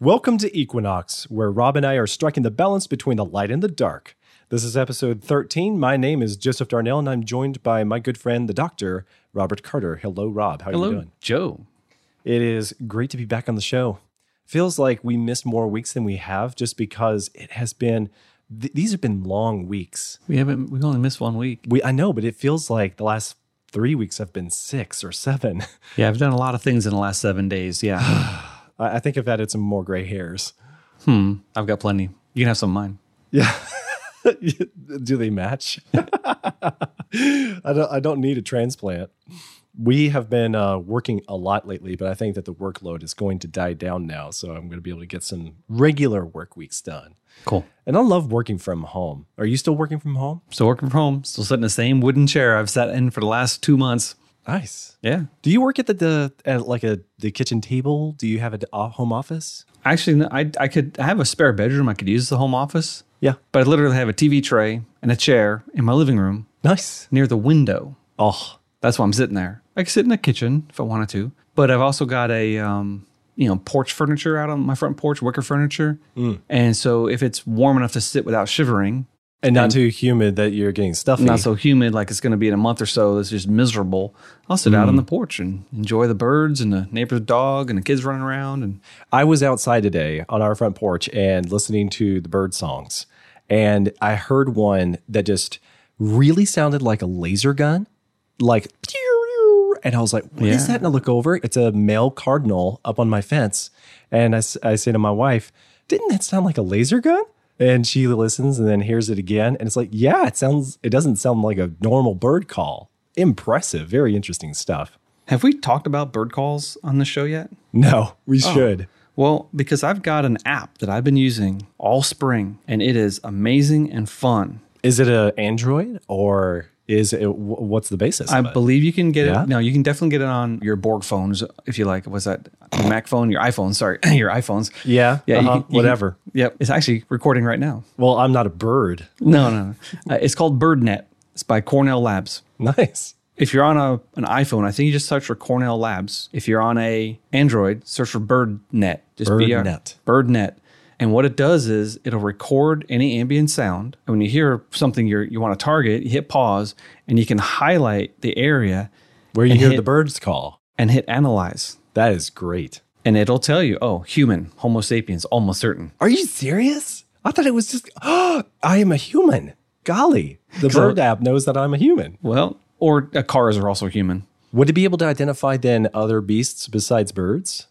Welcome to Equinox, where Rob and I are striking the balance between the light and the dark. This is episode 13. My name is Joseph Darnell, and I'm joined by my good friend, the doctor, Robert Carter. Hello, Rob. How are Hello, you doing? Joe. It is great to be back on the show. Feels like we missed more weeks than we have just because it has been, th- these have been long weeks. We haven't. We only missed one week. We I know, but it feels like the last three weeks have been six or seven. Yeah, I've done a lot of things in the last seven days. Yeah, I I think I've added some more gray hairs. I've got plenty. You can have some of mine. Yeah. Do they match? I don't I don't need a transplant. We have been uh, working a lot lately, but I think that the workload is going to die down now. So I'm going to be able to get some regular work weeks done. Cool. And I love working from home. Are you still working from home? Still working from home. Still sitting in the same wooden chair I've sat in for the last two months. Nice. Yeah. Do you work at the, the at like a the kitchen table? Do you have a d- a home office? Actually, no, I I could. I have a spare bedroom. I could use as the home office. Yeah. But I literally have a TV tray and a chair in my living room Nice. near the window. Oh, That's why I'm sitting there. I could sit in the kitchen if I wanted to, but I've also got a um, you know porch furniture out on my front porch, wicker furniture, and so if it's warm enough to sit without shivering, and not too humid that you're getting stuffy. not so humid like it's going to be in a month or so, that's just miserable. I'll sit out on the porch and enjoy the birds and the neighbor's dog and the kids running around, and I was outside today on our front porch and listening to the bird songs. And I heard one that just really sounded like a laser gun, like, and I was like, "What is Yeah. that? And I look over, it's a male cardinal up on my fence. And I, s- I say to my wife, didn't that sound like a laser gun? And she listens and then hears it again. And it's like, yeah, it sounds, it doesn't sound like a normal bird call. Impressive, very interesting stuff. have we talked about bird calls on the show yet? No, we should. Well, because I've got an app that I've been using all spring, and it is amazing and fun. Is it a Android or is it wh- what's the basis? I of it? believe you can get Yeah? it. No, you can definitely get it on your Borg phones if you like. What's that? Your Mac phone, your iPhone. Sorry, your iPhones. Yeah, yeah, you uh-huh, can- you can- whatever. Yep, it's actually recording right now. well, I'm not a bird. No, no, no. Uh, it's called BirdNet. It's by Cornell Labs. Nice. If you're on a an iPhone, I think you just search for Cornell Labs. If you're on a Android, search for BirdNet. Just B-R- BirdNet. BirdNet. And what it does is it'll record any ambient sound. And when you hear something you're, you want to target, you hit pause, and you can highlight the area Where you And hear hit- the birds call. and hit analyze. That is great. and it'll tell you, oh, human, Homo sapiens, almost certain. Are you serious? I thought it was just, oh, I am a human. Golly, the bird app knows that I'm a human. Well, or uh, cars are also human. Would it be able to identify then other beasts besides birds?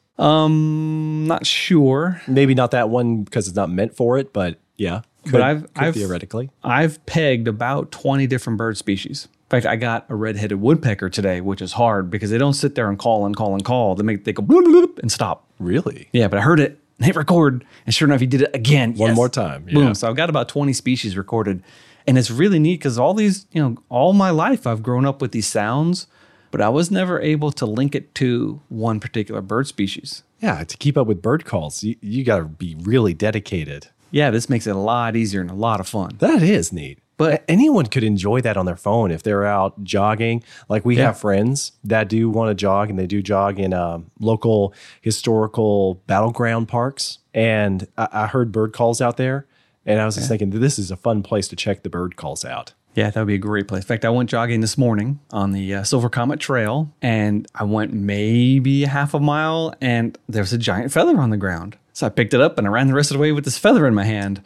Um, not sure, Maybe not that one because it's not meant for it, but yeah. Could, I've- could I've- theoretically. I've pegged about twenty different bird species. In fact, I got a red-headed woodpecker today, which is hard because they don't sit there and call and call and call. They make they go bloop bloop and stop. Really? Yeah, but I heard it, and hit record, and sure enough, he did it again. One more time, yeah. Boom. So I've got about 20 species recorded. And it's really neat because all these, you know, all my life I've grown up with these sounds, but I was never able to link it to one particular bird species. Yeah, to keep up with bird calls, you, you got to be really dedicated. Yeah, this makes it a lot easier and a lot of fun. That is neat. But anyone could enjoy that on their phone if they're out jogging. Like we have friends that do want to jog and they do jog in um, local historical battleground parks. And I, I heard bird calls out there. And I was just thinking, this is a fun place to check the bird calls out. Yeah, that would be a great place. In fact, I went jogging this morning on the uh, Silver Comet Trail and I went maybe a half a mile and there was a giant feather on the ground. So I picked it up and I ran the rest of the way with this feather in my hand.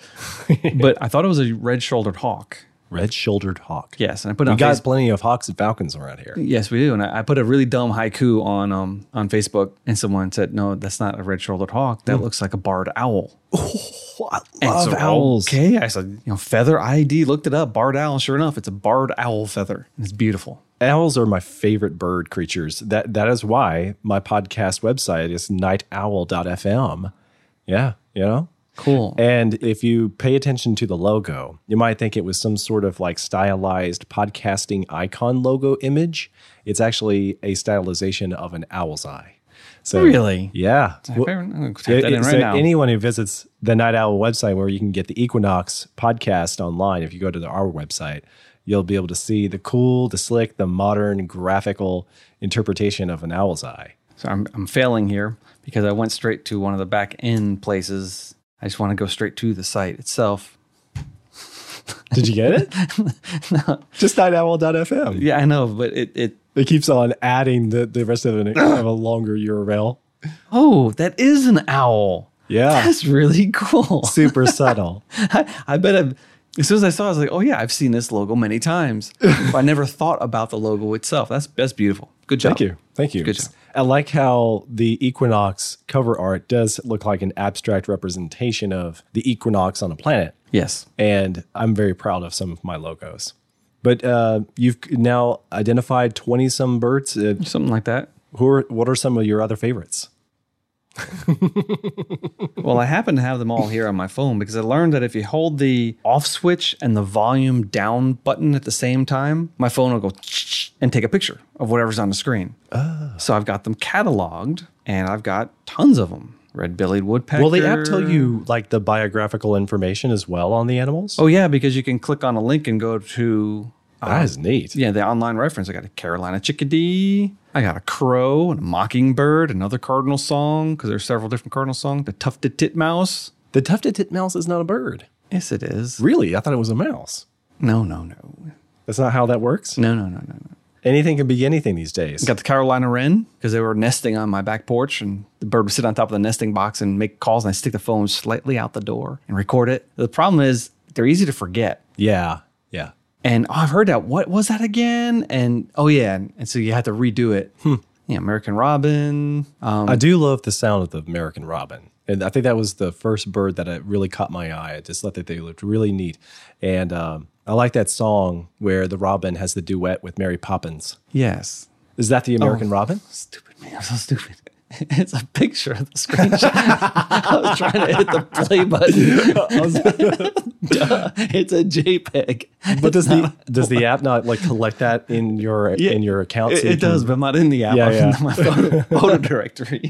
but I thought it was a red shouldered hawk. Red shouldered hawk. Yes, and I put it We on got Facebook. plenty of hawks and falcons around here. Yes, we do. And I, I put a really dumb haiku on um on Facebook, and someone said, "No, that's not a red-shouldered hawk. Hmm. That looks like a barred owl." And Love so, owls. Okay, I said, "You know, feather ID." Looked it up, barred owl. Sure enough, it's a barred owl feather. And it's beautiful. Owls are my favorite bird creatures. That that is why my podcast website is nightowl.fm. Yeah, you know? Cool. And if you pay attention to the logo, you might think it was some sort of like stylized podcasting icon logo image. It's actually a stylization of an owl's eye. So Really? Yeah. Well, Fair enough. I'm gonna type that in it- right so now. anyone who visits the Night Owl website, where you can get the Equinox podcast online, if you go to the, our website, you'll be able to see the cool, the slick, the modern graphical interpretation of an owl's eye. So I'm, I'm failing here because I went straight to one of the back end places. I just want to go straight to the site itself. Did you get it? no, Just nightowl.fm. yeah, I know, but it, it It keeps on adding the, the rest of, an, of a longer URL. oh, that is an owl. Yeah. That's really cool. Super subtle. I, I bet I've, as soon as I saw it, I was like, oh yeah, I've seen this logo many times. but I never thought about the logo itself. That's that's beautiful. Good job. Thank you. Thank you. Good job. I like how the Equinox cover art does look like an abstract representation of the equinox on a planet. Yes. and I'm very proud of some of my logos. But uh, you've now identified 20 some birds. Uh, Something like that. who are, what are some of your other favorites? Well, I happen to have them all here on my phone because I learned that if you hold the off switch and the volume down button at the same time, my phone will go and take a picture of whatever's on the screen. Ah. So I've got them cataloged and I've got tons of them. Red bellied woodpecker. Will the app tell you like the biographical information as well on the animals? Oh, yeah, because you can click on a link and go to. that is Ah, neat. Yeah, the online reference. I got a Carolina chickadee. I got a crow and a mockingbird, another cardinal song, because there's several different cardinal songs. The tufted titmouse. The tufted titmouse is not a bird. Yes, it is. Really? I thought it was a mouse. No, no, no. That's not how that works. No, no, no, no, no. Anything can be anything these days. Got the Carolina wren because they were nesting on my back porch, and the bird would sit on top of the nesting box and make calls, and I stick the phone slightly out the door and record it. The problem is they're easy to forget. Yeah. Yeah. And oh, I've heard that. What was that again? And oh yeah, and, and so you had to redo it. Yeah, American Robin. Um, I do love the sound of the American robin. And I think that was the first bird that I really caught my eye. I just thought that they looked really neat. And um, I like that song where the robin has the duet with Mary Poppins. yes, Is that Oh. the American robin? Stupid man, I'm so stupid. It's a picture of the screenshot. I was trying to hit the play button. Duh, it's a JPEG. But does the does the app not like collect that in your in your account? It, so you it does, can- but I'm not in the app. Yeah, I'm yeah. in my photo, photo directory.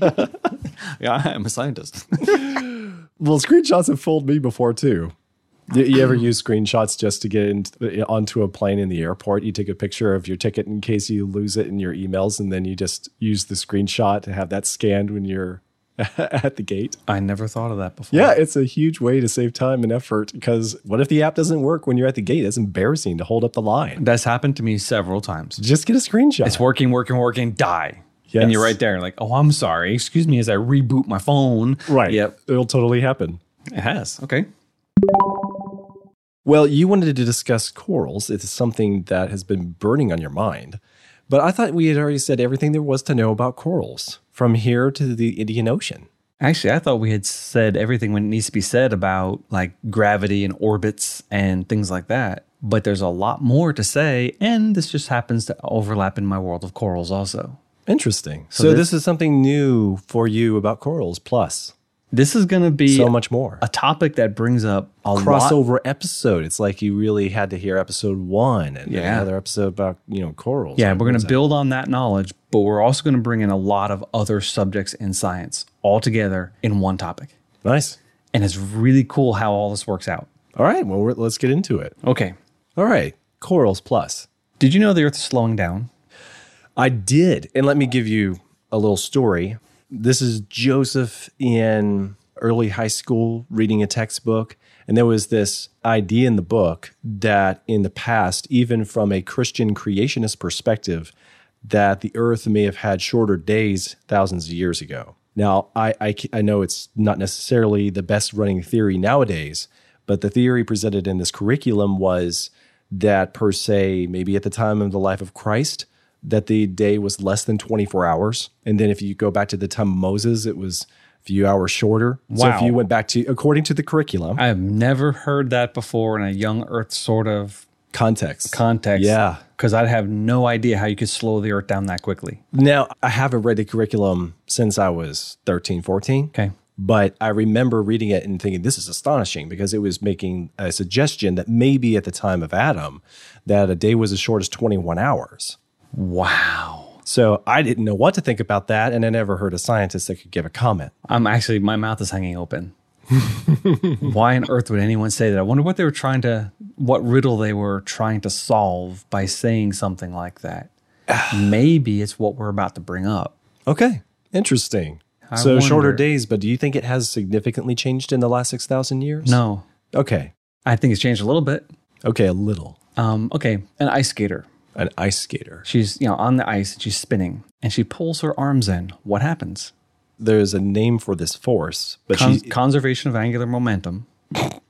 yeah, I am a scientist. Well, screenshots have fooled me before too. You, you ever use screenshots just to get into, onto a plane in the airport? You take a picture of your ticket in case you lose it in your emails, and then you just use the screenshot to have that scanned when you're at the gate. I never thought of that before. Yeah, it's a huge way to save time and effort because what if the app doesn't work when you're at the gate? It's embarrassing to hold up the line. That's happened to me several times. Just get a screenshot. It's working, working, working, die. Yes. And you're right there, like, oh, I'm sorry. Excuse me as I reboot my phone. right. Yep. It'll totally happen. It has. Okay. Well, you wanted to discuss corals. It's something that has been burning on your mind. But I thought we had already said everything there was to know about corals from here to the Indian Ocean. Actually, I thought we had said everything when it needs to be said about like gravity and orbits and things like that. But there's a lot more to say, and this just happens to overlap in my world of corals also. Interesting. So, this, is something new for you about corals, plus This is going to be so much more. a topic that brings up a lot. crossover episode. It's like you really had to hear episode one and Yeah. another episode about you know corals. Yeah, we're going to to build on that knowledge, but we're also going to bring in a lot of other subjects in science all together in one topic. nice. And it's really cool how all this works out. All right. Well, we're, let's get into it. Okay. All right. Corals plus. Did you know the Earth is slowing down? I did. And let me give you a little story. This is Joseph in early high school reading a textbook. And there was this idea in the book that in the past, even from a Christian creationist perspective, that the earth may have had shorter days thousands of years ago. Now, I, I, ca- I know it's not necessarily the best running theory nowadays, but the theory presented in this curriculum was that, per se, maybe at the time of the life of Christ, that the day was less than 24 hours. And then if you go back to the time of Moses, it was a few hours shorter. So if Wow. Uh, you went back to, according to the curriculum, I've never heard that before in a young Earth sort of context. context. Yeah. Because I'd have no idea how you could slow the Earth down that quickly. now, I haven't read the curriculum since I was 13, 14. Okay. But I remember reading it and thinking, this is astonishing because it was making a suggestion that maybe at the time of Adam, that a day was as short as 21 hours. Wow. So I didn't know what to think about that. And I never heard a scientist that could give a comment. I'm actually, my mouth is hanging open. Why on earth would anyone say that? I wonder what they were trying to, what riddle they were trying to solve by saying something like that. Maybe it's what we're about to bring up. Okay. Interesting. I so shorter wonder. days, but do you think it has significantly changed in the last 6,000 years? No, Okay. I think it's changed a little bit. Okay, a little. Um, okay, an ice skater. An ice skater. She's you know on the ice and she's spinning and she pulls her arms in. What happens? There's a name for this force, but Con- she, conservation of angular momentum.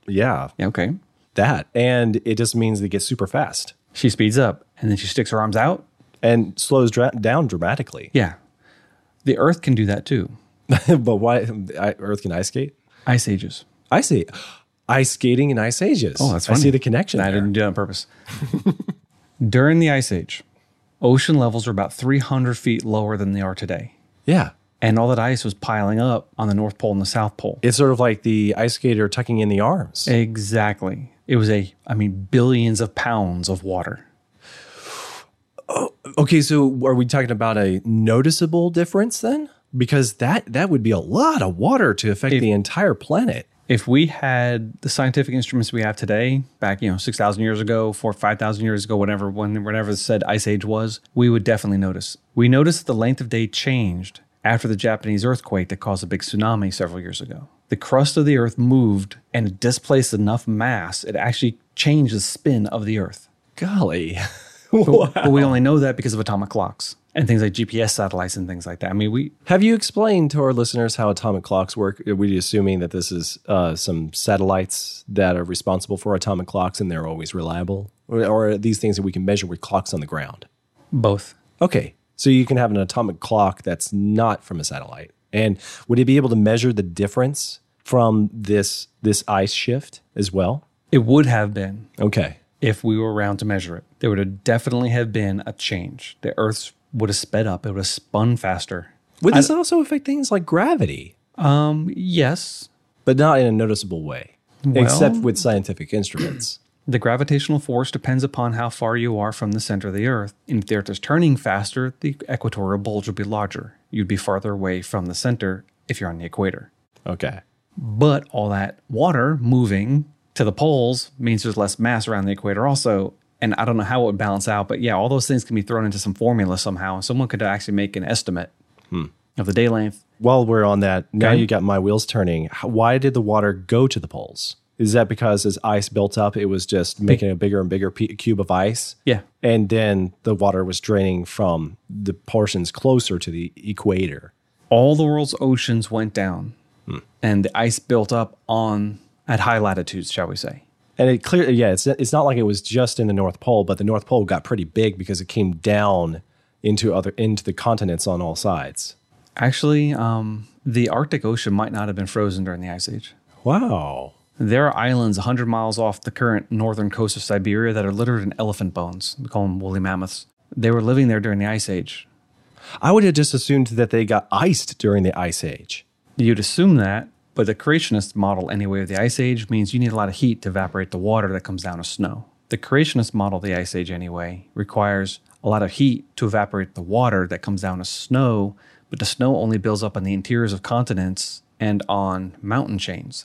yeah, Yeah, okay. that. And it just means they get super fast She speeds up and then she sticks her arms out. and slows dra- down dramatically. Yeah, the Earth can do that too. but why? I, Earth can ice skate? Ice ages. I see. Ice skating and ice ages. Oh, that's I see funny. the connection. I there. didn't do that on purpose. During the Ice Age, ocean levels were about 300 feet lower than they are today. Yeah. And all that ice was piling up on the North Pole and the South Pole. It's sort of like the ice skater tucking in the arms. Exactly. It was a, I mean, billions of pounds of water. Okay, so are we talking about a noticeable difference then? Because that that would be a lot of water to affect the entire planet. If we had the scientific instruments we have today, back, you know, 6,000 years ago, four, 5,000 years ago, whatever, when, whenever the said ice age was, we would definitely notice. We noticed that the length of day changed after the Japanese earthquake that caused a big tsunami several years ago. The crust of the earth moved and it displaced enough mass, it actually changed the spin of the earth. Golly. But we only know that because of atomic clocks and things like GPS satellites and things like that. I mean, we, Have you explained to our listeners how atomic clocks work? Are we assuming that this is uh, some satellites that are responsible for atomic clocks and they're always reliable? Or, or are these things that we can measure with clocks on the ground? both. Okay, so you can have an atomic clock that's not from a satellite. And would it be able to measure the difference from this this ice shift as well? It would have been Okay. if we were around to measure it. There would have definitely have been a change. The Earth would have sped up. It would have spun faster. Would this also affect things like gravity, Um, yes, but not in a noticeable way, except with scientific instruments? the gravitational force depends upon how far you are from the center of the Earth. And if the Earth is turning faster, the equatorial bulge would be larger. You'd be farther away from the center if you're on the equator. okay. But all that water moving to the poles means there's less mass around the equator, also. And I don't know how it would balance out, but yeah, all those things can be thrown into some formula somehow, and someone could actually make an estimate of the day length. While we're on that, now Okay. you got my wheels turning. How- Why did the water go to the poles? Is that because as ice built up, it was just making a bigger and bigger p- cube of ice? Yeah. And then the water was draining from the portions closer to the equator. All the world's oceans went down, and the ice built up on at high latitudes, shall we say? And it clearly, yeah, it's it's not like it was just in the North Pole, but the North Pole got pretty big because it came down into other into the continents on all sides. Actually, um, the Arctic Ocean might not have been frozen during the Ice Age. Wow. There are islands 100 miles off the current northern coast of Siberia that are littered in elephant bones. We call them woolly mammoths. They were living there during the Ice Age. I would have just assumed that they got iced during the Ice Age. You'd assume that, but the creationist model, anyway, of the Ice Age means you need a lot of heat to evaporate the water that comes down as snow. The creationist model of the Ice Age, anyway, requires a lot of heat to evaporate the water that comes down as snow, but the snow only builds up on the interiors of continents and on mountain chains.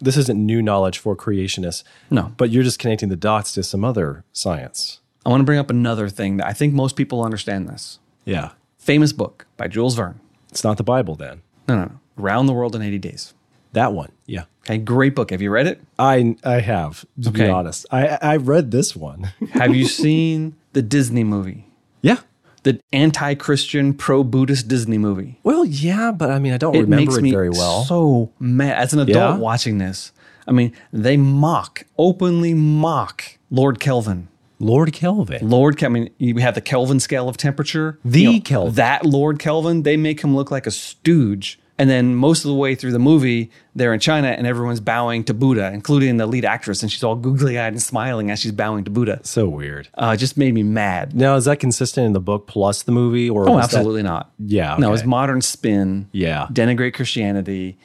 This isn't new knowledge for creationists. No. But you're just connecting the dots to some other science. I want to bring up another thing that I think most people understand this. Yeah. famous book by Jules Verne. It's not the Bible then. No, no, no. Around the World in 80 Days. That one. Yeah. Okay, great book. Have you read it? I I have, to be Okay. honest. I I read this one. Have you seen the Disney movie? yeah. The anti Christian, pro Buddhist Disney movie? Well, yeah, but I mean I don't remember it very well. so mad. As an adult Yeah? watching this, I mean, they mock, openly mock Lord Kelvin. Lord Kelvin. Lord Kelvin, I mean, we have the Kelvin scale of temperature. The Kelvin. That Lord Kelvin, they make him look like a stooge. And then most of the way through the movie, they're in China and everyone's bowing to Buddha, including the lead actress. And she's all googly eyed and smiling as she's bowing to Buddha. So weird. Uh, it just made me mad. Now, is that consistent in the book plus the movie? Or Oh, was that- absolutely not. Yeah, No, okay. it's modern spin. Yeah. Hmm. Denigrate Christianity.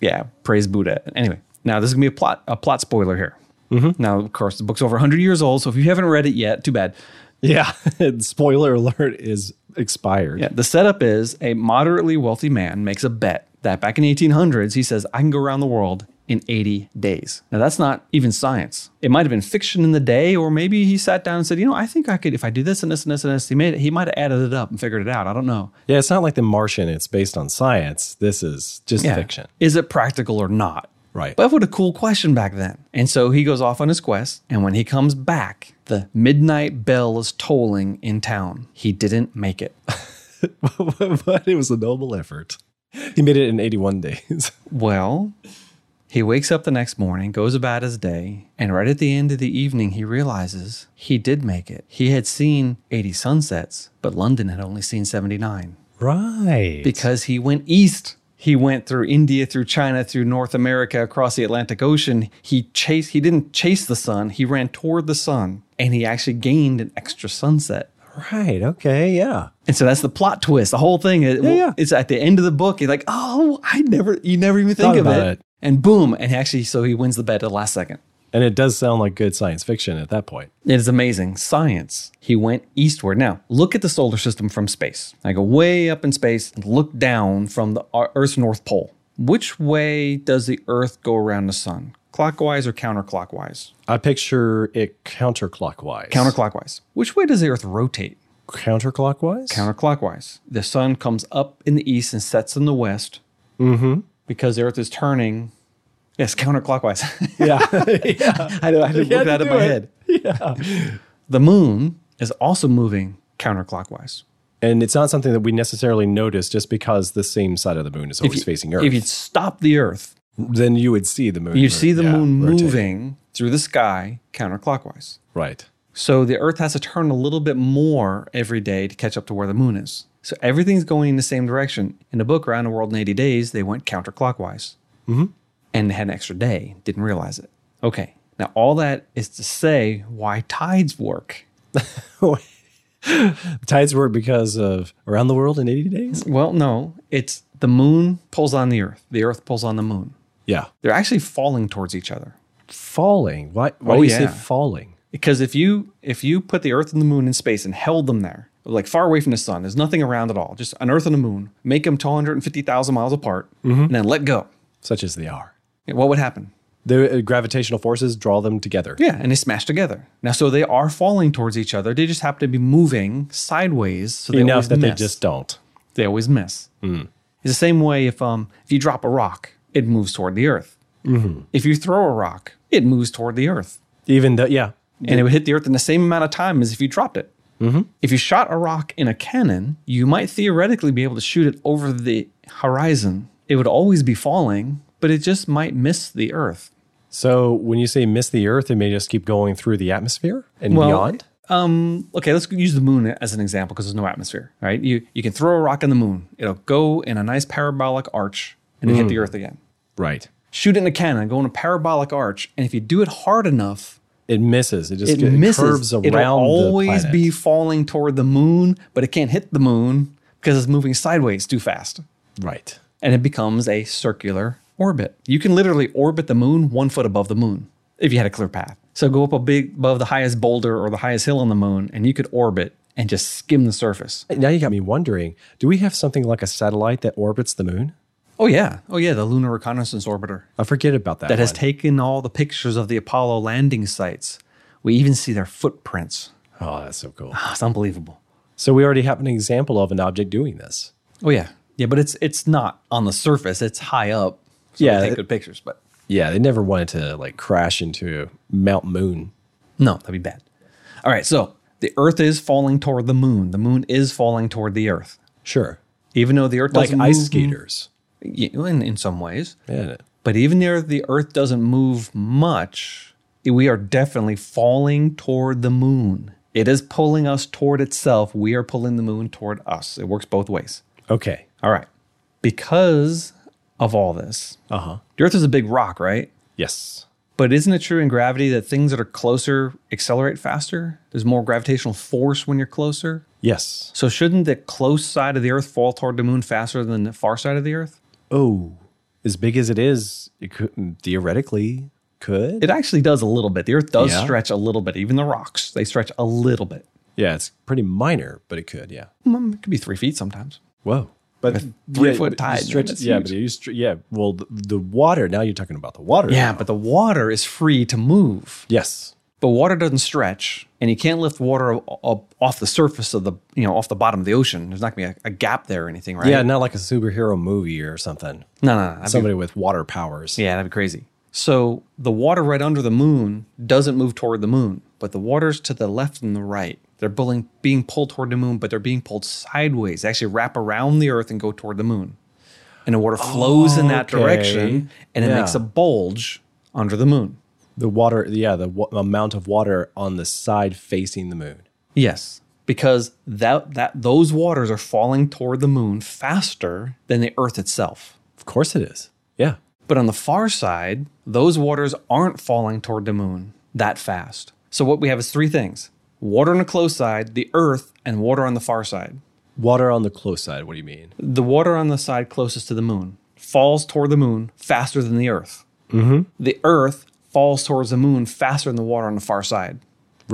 Yeah. Praise Buddha. Anyway, now this is going to be a plot, a plot spoiler here. Mm-hmm. Now, of course, the book's over 100 years old. So if you haven't read it yet, too bad. yeah. And Spoiler alert is expired. Yeah, the setup is a moderately wealthy man makes a bet that back in the 1800s, he says, I can go around the world in 80 days. Now, that's not even science. It might have been fiction in the day, or maybe he sat down and said, you know, I think I could, if I do this and this and this and this, he, made, he might have added it up and figured it out. I don't know. Yeah, it's not like The Martian. It's based on science. This is just Yeah. fiction. Is it practical or not? Right. But what a cool question back then. And so he goes off on his quest. And when he comes back, the midnight bell is tolling in town. He didn't make it. but it was a noble effort. He made it in 81 days. Well, he wakes up the next morning, goes about his day, and right at the end of the evening, he realizes he did make it. He had seen 80 sunsets, but London had only seen 79 Right. because he went east. He went through India, through China, through North America, across the Atlantic Ocean. He chased, he didn't chase the sun, he ran toward the sun, and he actually gained an extra sunset. right. Okay. Yeah. And so that's the plot twist. The whole thing is, yeah. it's at the end of the book. You're like, oh, I never, you never even think Thought of about it. it. And boom. And actually, so he wins the bet at the last second. And it does sound like good science fiction at that point. It is amazing. Science. He went eastward. Now, look at the solar system from space. I go way up in space and look down from the Ar- Earth's North Pole. Which way does the Earth go around the sun? Clockwise or counterclockwise? I picture it counterclockwise. Counterclockwise. Which way does the Earth rotate? counterclockwise? counterclockwise. The sun comes up in the east and sets in the west mm-hmm. because the Earth is turning. Yes, counterclockwise. yeah. I know. I had to had work that to in do my it. head. Yeah. The moon is also moving counterclockwise. and it's not something that we necessarily notice just because the same side of the moon is always facing Earth. If you stop the Earth, then you would see the moon. you ro- see the yeah, moon rotate. moving through the sky counterclockwise. Right. So the Earth has to turn a little bit more every day to catch up to where the moon is. So everything's going in the same direction. In the book, Around the World in 80 Days, they went counterclockwise and they had an extra day, didn't realize it. Okay. Now, all that is to say why tides work. Tides work because of around the world in 80 days? Well, no, it's the moon pulls on the Earth, the Earth pulls on the moon. Yeah. They're actually falling towards each other. Falling. Why, why Oh, do you yeah. say falling? Because if you if you put the Earth and the Moon in space and held them there, like far away from the sun, there's nothing around at all, just an Earth and a Moon, make them 250,000 miles apart, Mm-hmm. and then let go. Such as they are. What would happen? The uh, gravitational forces draw them together. Yeah, and they smash together. Now, so they are falling towards each other. They just happen to be moving sideways, so they Enough always that miss. they just Mm. don't. they always miss. It's the same way if um if you drop a rock, it moves toward the Earth. Mm-hmm. If you throw a rock, it moves toward the Earth. Even though, yeah. and it would hit the earth in the same amount of time as if you dropped it. If you shot a rock in a cannon, you might theoretically be able to shoot it over the horizon. It would always be falling, but it just might miss the earth. So when you say miss the Earth, it may just keep going through the atmosphere and Well, beyond. Um, okay, let's use the moon as an example because there's no atmosphere, right? You you can throw a rock in the moon. It'll go in a nice parabolic arch and then hit the earth again. Right. Shoot it in a cannon, go in a parabolic arch, and if you do it hard enough, It misses. It just it it misses. curves around. It'll always the planet. be falling toward the moon, but it can't hit the moon because it's moving sideways too fast, right. and it becomes a circular orbit. You can literally orbit the moon one foot above the moon if you had a clear path. So go up a big above the highest boulder or the highest hill on the moon, and you could orbit and just skim the surface. Now you got me wondering: Do we have something like a satellite that orbits the moon? Oh yeah, oh yeah, the Lunar Reconnaissance Orbiter I forget about that. that has one. taken all the pictures of the Apollo landing sites. We even see their footprints. oh, that's so cool. Ah, It's unbelievable. So we already have an example of an object doing this. Oh yeah, yeah, but it's it's not on the surface; it's high up. So Yeah, they take it- good pictures, but Yeah, they never wanted to like crash into Mount Moon. no, that'd be bad. All right, so the Earth is falling toward the Moon. The Moon is falling toward the Earth, Sure, even though the Earth like doesn't ice move- skaters. Yeah, in in some ways, Yeah. but even there, the Earth doesn't move much. We are definitely falling toward the Moon. It is pulling us toward itself. We are pulling the Moon toward us. It works both ways. Okay. All right, because of all this, Uh huh. the Earth is a big rock, right? Yes. But isn't it true in gravity that things that are closer accelerate faster? There's more gravitational force when you're closer. Yes. So shouldn't the close side of the Earth fall toward the moon faster than the far side of the Earth? Oh, as big as it is, it could theoretically could. It actually does a little bit. The Earth does Yeah. stretch a little bit. Even the rocks, they stretch a little bit. Hmm, yeah, it's pretty minor, but it could. Yeah. Mm, It could be three feet sometimes. Whoa. But With three yeah, foot but you tide, stretch- that's yeah, huge. but you str- yeah. Well, the, the water. Now you're talking about the water. Yeah, but the water is free to move. Yes. But water doesn't stretch, and you can't lift water o- o- off the surface of the you know off the bottom of the ocean. There's not gonna be a, a gap there or anything, right? Yeah, not like a superhero movie or something. no, no, no. that'd be- Somebody with water powers. yeah, that'd be crazy. So the water right under the moon doesn't move toward the moon, but the waters to the left and the right. They're pulling, being pulled toward the moon, but they're being pulled sideways. They actually wrap around the Earth and go toward the moon. And the water flows in that Okay. direction, and it Yeah. makes a bulge under the moon. The water. Yeah, the wa- amount of water on the side facing the moon. Yes, because that that those waters are falling toward the moon faster than the Earth itself. Of course it is. Yeah. But on the far side, those waters aren't falling toward the moon that fast. So what we have is three things: water on the close side, the Earth, and water on the far side. Water on the close side. What do you mean? The water on the side closest to the moon falls toward the moon faster than the Earth. Mm-hmm. The Earth falls towards the moon faster than the water on the far side.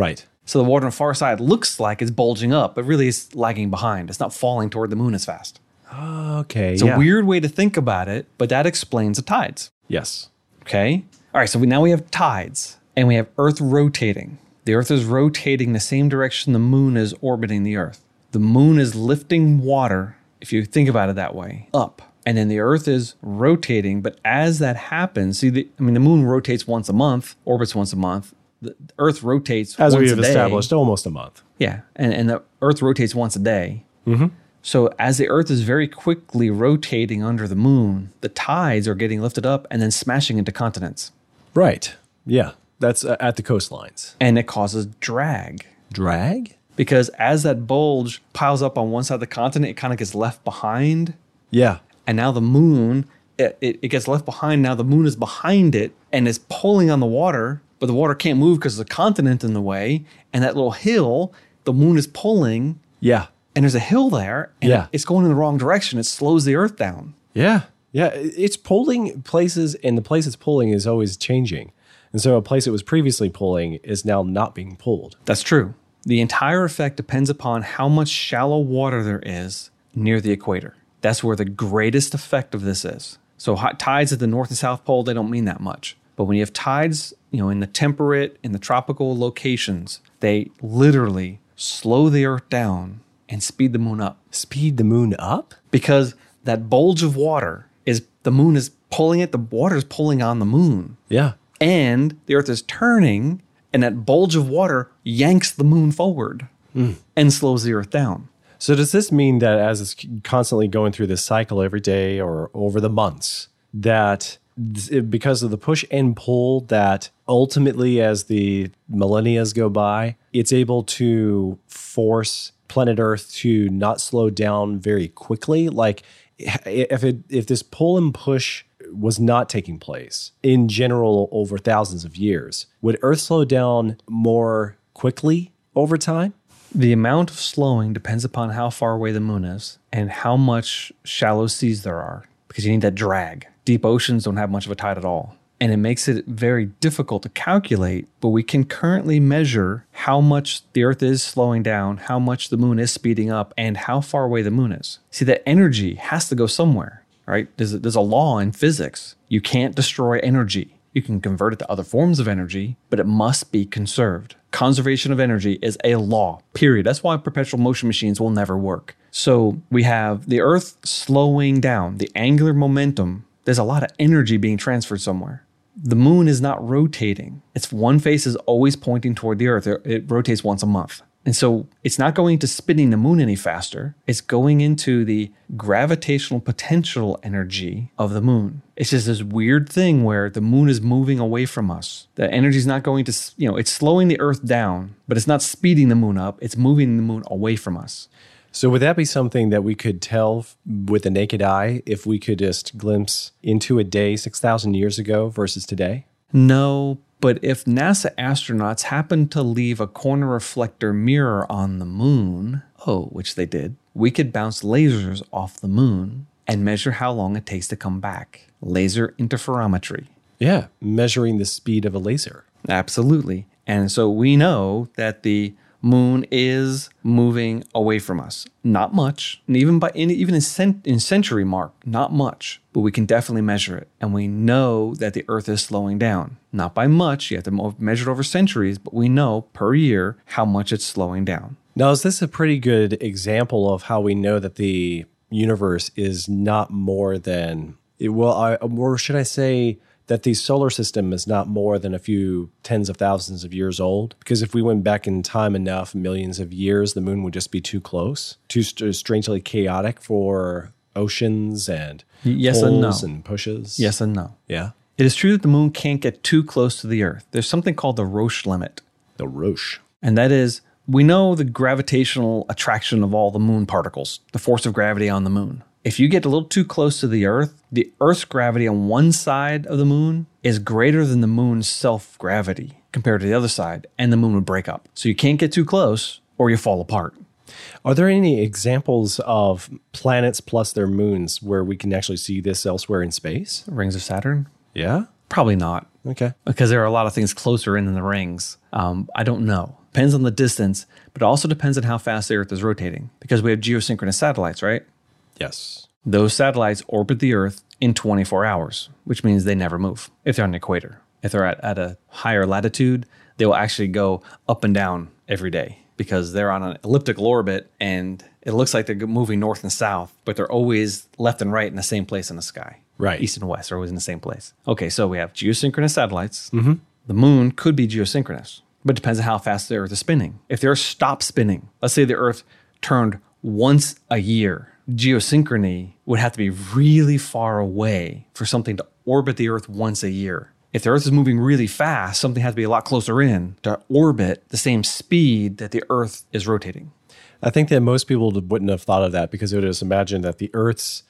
Right. So the water on the far side looks like it's bulging up, but really it's lagging behind. It's not falling toward the moon as fast. Okay. It's a weird way to think about it, but that explains the tides. Yes. Okay. All right. So we, now we have tides and we have Earth rotating. The Earth is rotating the same direction the moon is orbiting the Earth. The moon is lifting water, if you think about it that way, up. And then the Earth is rotating. But as that happens, see, the, I mean, the moon rotates once a month, orbits once a month. The Earth rotates As once we a have day. established, almost a month. Yeah, and, and the Earth rotates once a day. Mm-hmm. So as the Earth is very quickly rotating under the moon, the tides are getting lifted up and then smashing into continents, Right. Yeah. That's uh, at the coastlines. and it causes drag Drag. because as that bulge piles up on one side of the continent, it kind of gets left behind, Yeah. and now the moon it, it, it gets left behind. Now the moon is behind it and is pulling on the water, but the water can't move because the continent in the way, and that little hill the moon is pulling Yeah. and there's a hill there and Yeah. it's going in the wrong direction it slows the earth down Yeah. Yeah. i- It's pulling places, and the place it's pulling is always changing. And so a place it was previously pulling is now not being pulled. that's true the entire effect depends upon how much shallow water there is near the equator that's where the greatest effect of this is so hot tides at the north and south pole they don't mean that much but when you have tides you know in the temperate in the tropical locations they literally slow the earth down and speed the moon up Speed the moon up? because that bulge of water is the moon is pulling it the water is pulling on the moon Yeah. and the earth is turning and that bulge of water yanks the moon forward and slows the earth down So does this mean that as it's constantly going through this cycle every day or over the months, that th- because of the push and pull, that ultimately as the millennias go by, it's able to force planet Earth to not slow down very quickly? Like i- if it if this pull and push was not taking place in general over thousands of years, would Earth slow down more quickly over time? the amount of slowing depends upon how far away the moon is and how much shallow seas there are because you need that drag deep oceans don't have much of a tide at all and it makes it very difficult to calculate but we can currently measure how much the earth is slowing down how much the moon is speeding up and how far away the moon is see that energy has to go somewhere right? There's a, there's a law in physics. You can't destroy energy. You can convert it to other forms of energy, but it must be conserved. Conservation of energy is a law, period. That's why perpetual motion machines will never work. So we have the Earth slowing down, the angular momentum. There's a lot of energy being transferred somewhere. The moon is not rotating. Its one face is always pointing toward the Earth. It- It rotates once a month. And so it's not going to spinning the moon any faster. It's going into the gravitational potential energy of the moon. It's just this weird thing where the moon is moving away from us. The energy's not going to, s- you know, it's slowing the earth down, but it's not speeding the moon up. It's moving the moon away from us. So would that be something that we could tell f- with the naked eye if we could just glimpse into a day 6,000 years ago versus today? No, but if NASA astronauts happened to leave a corner reflector mirror on the moon, oh, which they did, we could bounce lasers off the moon and measure how long it takes to come back. Laser interferometry. Yeah. Measuring the speed of a laser. Absolutely. And so we know that the Moon is moving away from us. Not much, and even by in, even in, cent, in century mark, not much. But we can definitely measure it, and we know that the Earth is slowing down. Not by much. You have to mo- measure it over centuries, but we know per year how much it's slowing down. Now, is this a pretty good example of how we know that the universe is not more than, well, I, or should I say, that the solar system is not more than a few tens of thousands of years old? Because if we went back in time enough, millions of years, the moon would just be too close, too st- strangely chaotic for oceans and Yes and pulls no. and pushes. Yes and no. Yeah. It is true that the moon can't get too close to the Earth. There's something called the Roche limit, The Roche. and that is we know the gravitational attraction of all the moon particles, the force of gravity on the moon. If you get a little too close to the Earth, the Earth's gravity on one side of the moon is greater than the moon's self gravity compared to the other side, and the moon would break up. So you can't get too close or you fall apart. Are there any examples of planets plus their moons where we can actually see this elsewhere in space? Rings of Saturn? Yeah. Probably not. Okay. because there are a lot of things closer in than the rings. Um, I don't know. Depends on the distance, but it also depends on how fast the Earth is rotating because we have geosynchronous satellites, right? Yes. Those satellites orbit the Earth in 24 hours, which means they never move if they're on an equator. If they're at, at a higher latitude, they will actually go up and down every day because they're on an elliptical orbit and it looks like they're moving north and south, but they're always left and right in the same place in the sky. Right. East and west are always in the same place. Okay, so we have geosynchronous satellites. Mm-hmm. The moon could be geosynchronous, but it depends on how fast the Earth is spinning. If the Earth stopped spinning, let's say the Earth turned once a year, geosynchrony would have to be really far away for something to orbit the Earth once a year. If the Earth is moving really fast, something has to be a lot closer in to orbit the same speed that the Earth is rotating. I think that most people wouldn't have thought of that because they would just imagine that the Earth's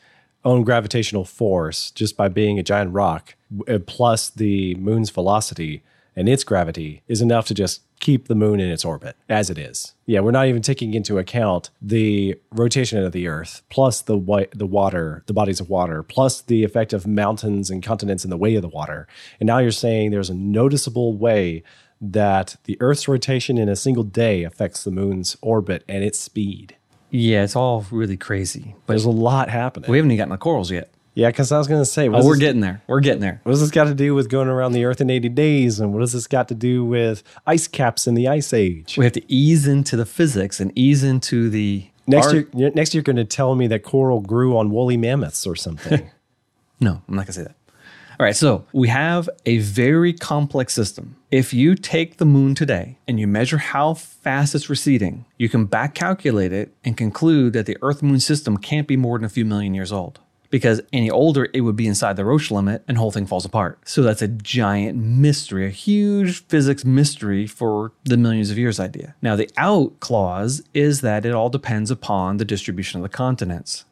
own gravitational force, just by being a giant rock, w- uh, plus the moon's velocity and its gravity, is enough to just keep the moon in its orbit as it is. Yeah, we're not even taking into account the rotation of the Earth, plus the wa- the water, the bodies of water, plus the effect of mountains and continents in the way of the water. And now you're saying there's a noticeable way that the Earth's rotation in a single day affects the moon's orbit and its speed. Yeah, it's all really crazy, but There's a lot happening. we haven't even gotten the corals yet. yeah, because I was going to say, what Oh, does we're this- getting there. We're getting there. what does this got to do with going around the Earth in 80 days? And what does this got to do with ice caps in the Ice Age? We have to ease into the physics and ease into the Next art- year, you're- next year, you're going to tell me that coral grew on woolly mammoths or something. No, I'm not gonna say that. All right, so we have a very complex system. If you take the moon today and you measure how fast it's receding, you can back calculate it and conclude that the Earth moon system can't be more than a few million years old. Because any older, it would be inside the Roche limit and whole thing falls apart. So that's a giant mystery, a huge physics mystery for the millions of years idea. Now, the out clause is that it all depends upon the distribution of the continents.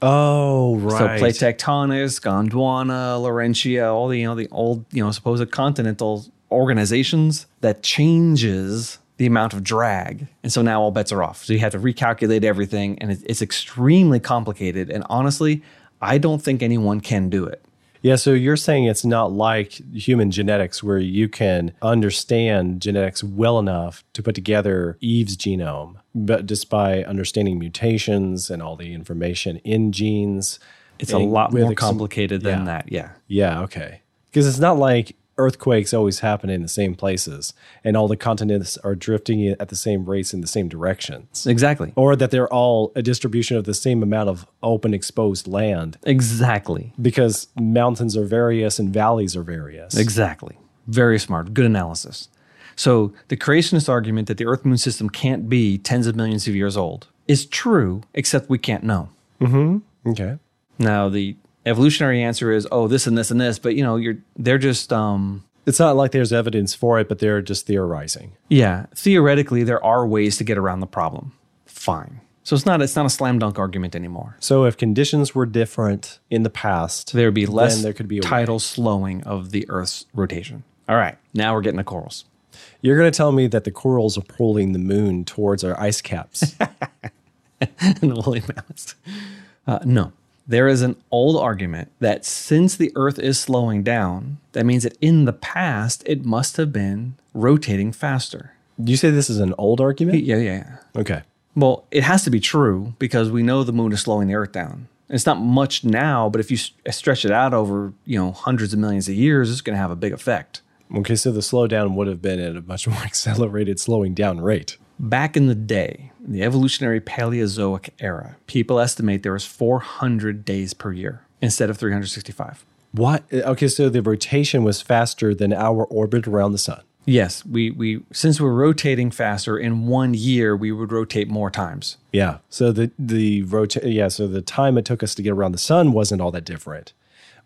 oh, right. So plate tectonics, Gondwana, Laurentia, all the you know the old you know supposed continental organizations that changes the amount of drag, and so now all bets are off. So you have to recalculate everything, and it- it's extremely complicated. And honestly, I don't think anyone can do it. Yeah, so you're saying it's not like human genetics where you can understand genetics well enough to put together Eve's genome, but just by understanding mutations and all the information in genes. It's a and lot with more ex- complicated than yeah. that. Yeah. Yeah, okay. Because it's not like earthquakes always happen in the same places and all the continents are drifting at the same rates in the same directions. Exactly. Or that they're all a distribution of the same amount of open exposed land Exactly. because mountains are various and valleys are various. Exactly. Very smart. Good analysis. So the creationist argument that the Earth Moon system can't be tens of millions of years old is true, except we can't know. Okay. Now the evolutionary answer is, oh, this and this and this, but you know, you're they're just um It's not like there's evidence for it, but they're just theorizing. yeah, theoretically there are ways to get around the problem. Fine. So it's not it's not a slam dunk argument anymore. So if conditions were different in the past, There would be less then there could be a way. tidal slowing of the Earth's rotation. All right. Now we're getting the corals. you're going to tell me that the corals are pulling the moon towards our ice caps. and the woolly mammoths. Uh, no, there is an old argument that since the Earth is slowing down, that means that in the past it must have been rotating faster. You say this is an old argument? Yeah, yeah, yeah. Okay. Well, it has to be true because we know the moon is slowing the Earth down. It's not much now, but if you s- stretch it out over you know hundreds of millions of years, it's going to have a big effect. Okay, so the slowdown would have been at a much more accelerated slowing down rate. Back in the day, in the evolutionary Paleozoic era, people estimate there was 400 days per year instead of 365. What? Okay, so the rotation was faster than our orbit around the sun. Yes, we, we since we're rotating faster in one year, we would rotate more times. Yeah. So the the rota- yeah, so the time it took us to get around the sun wasn't all that different.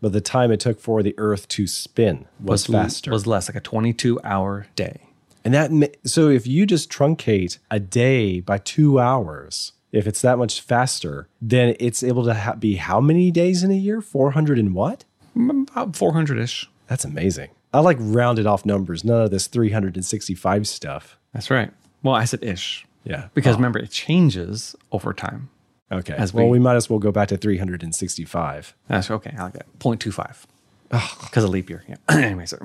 But the time it took for the earth to spin was, l- faster. was less, like a 22 hour day. and that ma- so if you just truncate a day by 2 hours, if it's that much faster, then it's able to ha- be how many days in a year? 400 and what? Mm, About 400 ish. That's amazing. I like rounded off numbers, none of this 365 stuff. That's right. Well, I said ish Yeah. because remember, it changes over time. Okay. As well, we- we might as well go back to 365. That's okay. I like that. 0.25 because of leap year. Yeah. anyway, so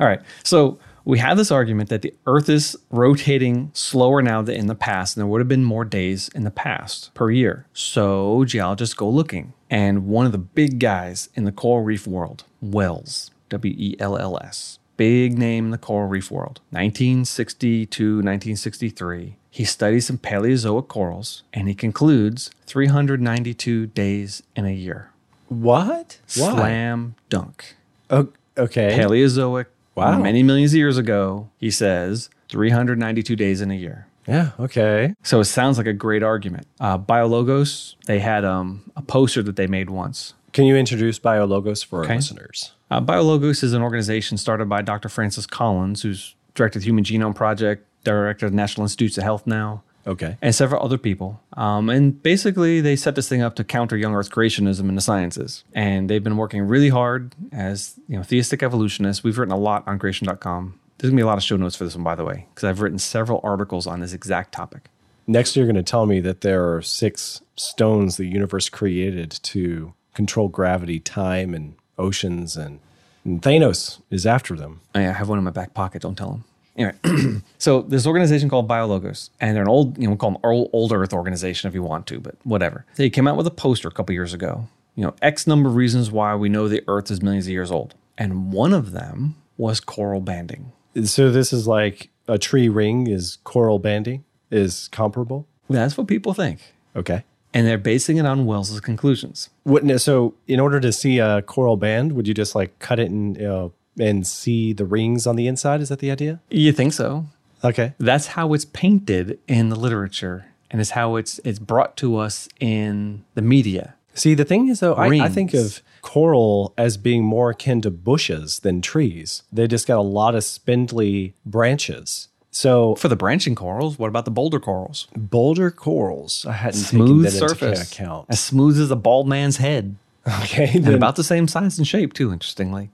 all right. So we have this argument that the Earth is rotating slower now than in the past, and there would have been more days in the past per year. So geologists go looking, and one of the big guys in the coral reef world, Wells, W E L L S, big name in the coral reef world, 1962, 1963. He studies some Paleozoic corals, and he concludes 392 days in a year. What? Why? Slam dunk. O- okay. Paleozoic. Wow. Many millions of years ago, he says 392 days in a year. Yeah. Okay. So it sounds like a great argument. Uh, Biologos, they had um, a poster that they made once. Can you introduce BioLogos for our Okay. listeners? Uh, Biologos is an organization started by Dr. Francis Collins, who's director of the Human Genome Project, director of the National Institutes of Health now. Okay. and several other people. Um, and basically, they set this thing up to counter young Earth creationism in the sciences. And they've been working really hard as you know theistic evolutionists. We've written a lot on creation.com. There's gonna be a lot of show notes for this one, by the way, because I've written several articles on this exact topic. Next, you're going to tell me that there are six stones the universe created to control gravity, time, and oceans, and, and Thanos is after them. Oh, I have one in my back pocket. Don't tell them. Anyway, so this organization called Biologos, and they're an old, you know, we call them old, old Earth organization if you want to, but whatever. They came out with a poster a couple years ago. You know, X number of reasons why we know the Earth is millions of years old, and one of them was coral banding. So this is like a tree ring is coral banding is comparable. That's what people think, Okay. and they're basing it on Wells's conclusions. Wouldn't it, so in order to see a coral band, would you just like cut it and uh, and see the rings on the inside? Is that the idea? You think so? Okay. That's how it's painted in the literature, and it's how it's it's brought to us in the media. See, the thing is, though, I, I Rings. think of coral as being more akin to bushes than trees. They just got a lot of spindly branches. So For the branching corals, what about the boulder corals? boulder corals, I hadn't smooth taken that surface, into account. as smooth as a bald man's head, Okay, and then about the same size and shape too. Interestingly,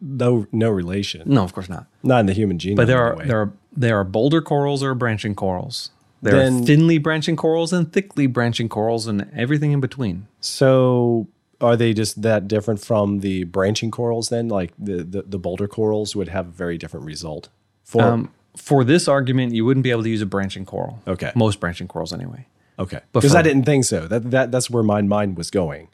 no, no relation, no, of course not. not in the human genome. But by the there are way. there are there are boulder corals or branching corals. There Then- are thinly branching corals and thickly branching corals and everything in between. So are they just that different from the branching corals then? Like the, the, the boulder corals would have a very different result. For Um, for this argument, you wouldn't be able to use a branching coral. Okay. most branching corals anyway. okay, but because I for- didn't think so. That that that's where my mind was going.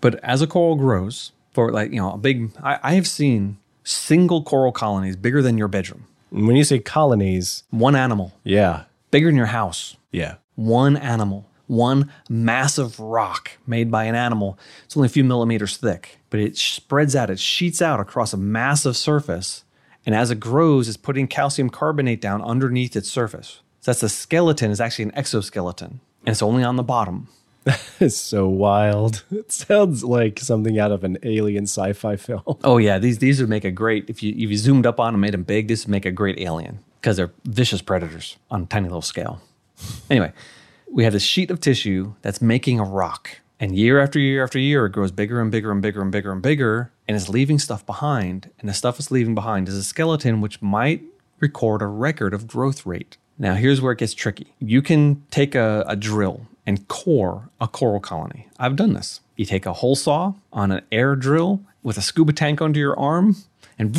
But as a coral grows, for like you know a big, I, I have seen single coral colonies bigger than your bedroom. And When you say colonies, One animal yeah, bigger than your house. yeah, one animal, one massive rock made by an animal. It's only a few millimeters thick, but it spreads out, it sheets out across a massive surface. And as it grows, it's putting calcium carbonate down underneath its surface. So that's the skeleton, is actually an exoskeleton, and it's only on the bottom. it's so wild. It sounds like something out of an alien sci-fi film. Oh yeah, these these would make a great if you if you zoomed up on them, made them big. This would make a great alien because they're vicious predators on a tiny little scale. anyway, we have this sheet of tissue that's making a rock, and year after year after year, it grows bigger and bigger and bigger and bigger and bigger, and is leaving stuff behind. And the stuff it's leaving behind is a skeleton which might record a record of growth rate. Now here's where it gets tricky. You can take a, a drill and core a coral colony. I've done this. You take a hole saw on an air drill with a scuba tank under your arm and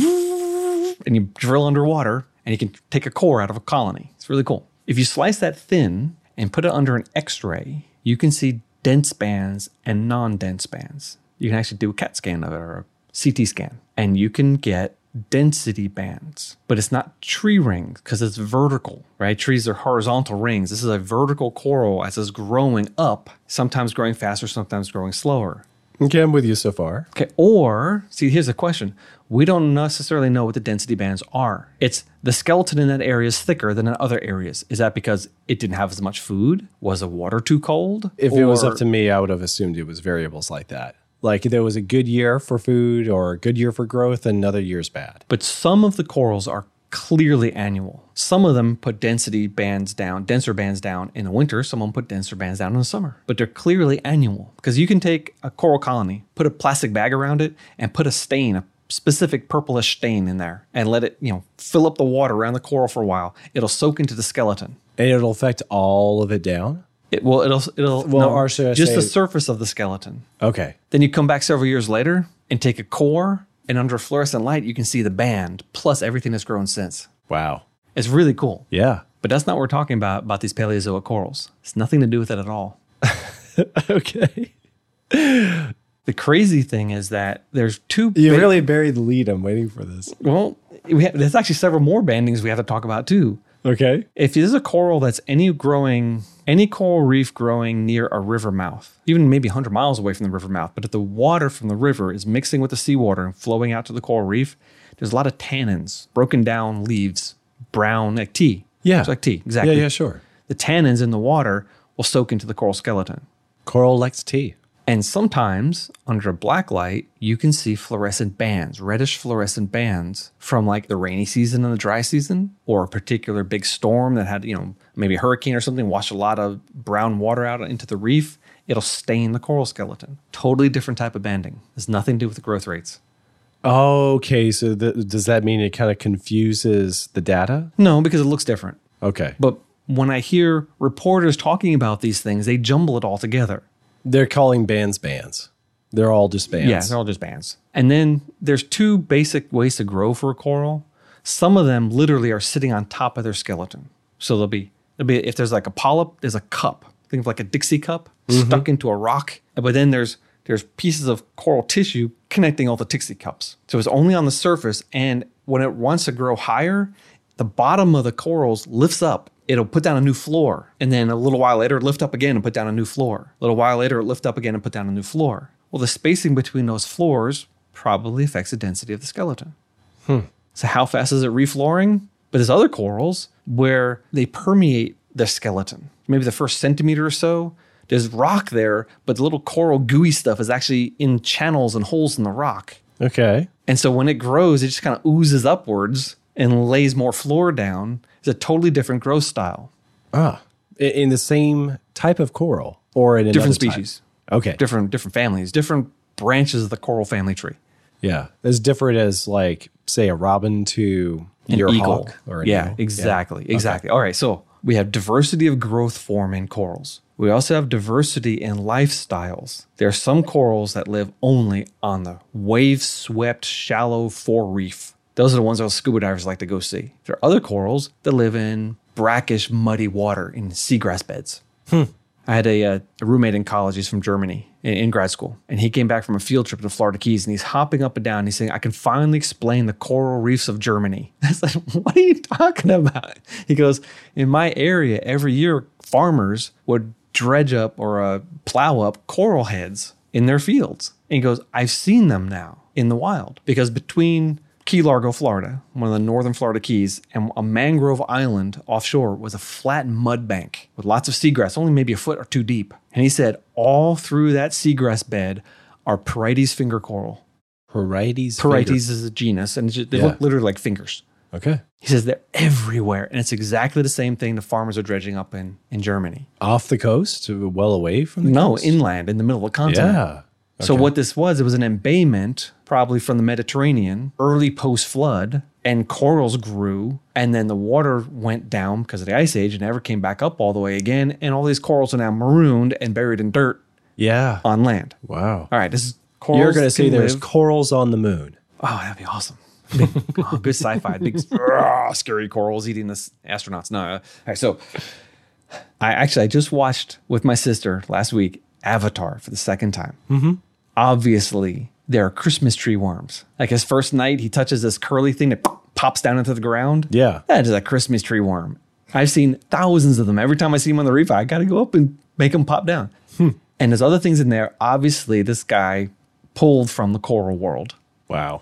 and you drill underwater and you can take a core out of a colony. It's really cool. If you slice that thin and put it under an x ray, you can see dense bands and non dense bands. You can actually do a CAT scan of it or a CT scan, and you can get density bands, but it's not tree rings because it's vertical, right? Trees are horizontal rings. This is a vertical coral as it's growing up, sometimes growing faster, sometimes growing slower. Okay, I'm with you so far. Okay, or see, here's the question. We don't necessarily know what the density bands are. It's the skeleton in that area is thicker than in other areas. Is that because it didn't have as much food? Was the water too cold? If it was Or- up to me, I would have assumed it was variables like that. Like there was a good year for food or a good year for growth, and another year's bad. but some of the corals are clearly annual. Some of them put density bands down, denser bands down in the winter. Some of them put denser bands down in the summer. But they're clearly annual because you can take a coral colony, put a plastic bag around it, and put a stain, a specific purplish stain in there, and let it, you know, fill up the water around the coral for a while. It'll soak into the skeleton. And it'll affect all of it down. It will. It'll. It'll. Well, or should I just the say- surface of the skeleton. Okay. Then you come back several years later and take a core, and under fluorescent light, you can see the band plus everything that's grown since. Wow. It's really cool. Yeah. But that's not what we're talking about about these Paleozoic corals. It's nothing to do with it at all. okay. The crazy thing is that there's two. You big- really buried the lead. I'm waiting for this. well, we have, there's actually several more bandings we have to talk about too. Okay. If there's a coral that's any growing, any coral reef growing near a river mouth, even maybe 100 miles away from the river mouth, but if the water from the river is mixing with the seawater and flowing out to the coral reef, there's a lot of tannins, broken down leaves, brown like tea. Yeah. It's like tea, exactly. Yeah. Yeah. Sure. The tannins in the water will soak into the coral skeleton. Coral likes tea. And sometimes under a black light, you can see fluorescent bands, reddish fluorescent bands from like the rainy season and the dry season, or a particular big storm that had, you know, maybe a hurricane or something, washed a lot of brown water out into the reef. It'll stain the coral skeleton. Totally different type of banding. Has nothing to do with the growth rates. Okay. So th- does that mean it kind of confuses the data? No, because it looks different. Okay. But when I hear reporters talking about these things, they jumble it all together. They're calling bands bands. They're all just bands. Yeah, they're all just bands. And then there's two basic ways to grow for a coral. Some of them literally are sitting on top of their skeleton. So they'll be, they'll be if there's like a polyp, there's a cup. Think of like a Dixie cup stuck into a rock. But then there's there's pieces of coral tissue connecting all the Dixie cups. So it's only on the surface. And when it wants to grow higher, the bottom of the corals lifts up. It'll put down a new floor. And then a little while later, lift up again and put down a new floor. A little while later, lift up again and put down a new floor. Well, the spacing between those floors probably affects the density of the skeleton. So, how fast is it reflooring? But there's other corals where they permeate the skeleton. Maybe the first centimeter or so, there's rock there, but the little coral gooey stuff is actually in channels and holes in the rock. Okay. And so when it grows, it just kind of oozes upwards and lays more floor down. It's a totally different growth style, Ah. I- In the same type of coral or in another different type? species, Okay. different different families, different branches of the coral family tree. Yeah. As different as like say a robin to your hawk or an yeah, eagle. exactly, exactly. All right, so we have diversity of growth form in corals. We also have diversity in lifestyles. There are some corals that live only on the wave-swept, shallow fore reef. Those are the ones that scuba divers like to go see. There are other corals that live in brackish, muddy water in seagrass beds. I had a, uh, a roommate in college. He's from Germany in, in grad school, and he came back from a field trip to the Florida Keys, and he's hopping up and down. And he's saying, "I can finally explain the coral reefs of Germany." I said, "What are you talking about?" He goes, "In my area, every year farmers would dredge up or uh, plow up coral heads in their fields." And he goes, "I've seen them now in the wild because between." Key Largo, Florida, one of the northern Florida Keys, and a mangrove island offshore was a flat mud bank with lots of seagrass, only maybe a foot or two deep. And he said, all through that seagrass bed are Parietes finger coral. Parietes. Parietes finger- is a genus, and it's just, they Yeah. look literally like fingers. Okay. He says they're everywhere, and it's exactly the same thing the farmers are dredging up in, in Germany. Off the coast, well away from the No, coast? inland, in the middle of the continent. Yeah. So Okay. what this was, it was an embayment, probably from the Mediterranean, early post-flood, and corals grew, and then the water went down because of the ice age and never came back up all the way again, and all these corals are now marooned and buried in dirt Yeah. on land. Wow. All right, this is corals. You're going to can say there's live- corals on the moon. Oh, that'd be awesome. Big, oh, good sci-fi. Big ah, scary corals eating the s- astronauts. No, uh, all right, so I actually I just watched with my sister last week Avatar for the second time. Mm-hmm. Obviously, there are Christmas tree worms. Like his first night, he touches this curly thing that pops down into the ground. Yeah. that is a Christmas tree worm. I've seen thousands of them. Every time I see them on the reef, I got to go up and make them pop down. And there's other things in there. Obviously, this guy pulled from the coral world. Wow.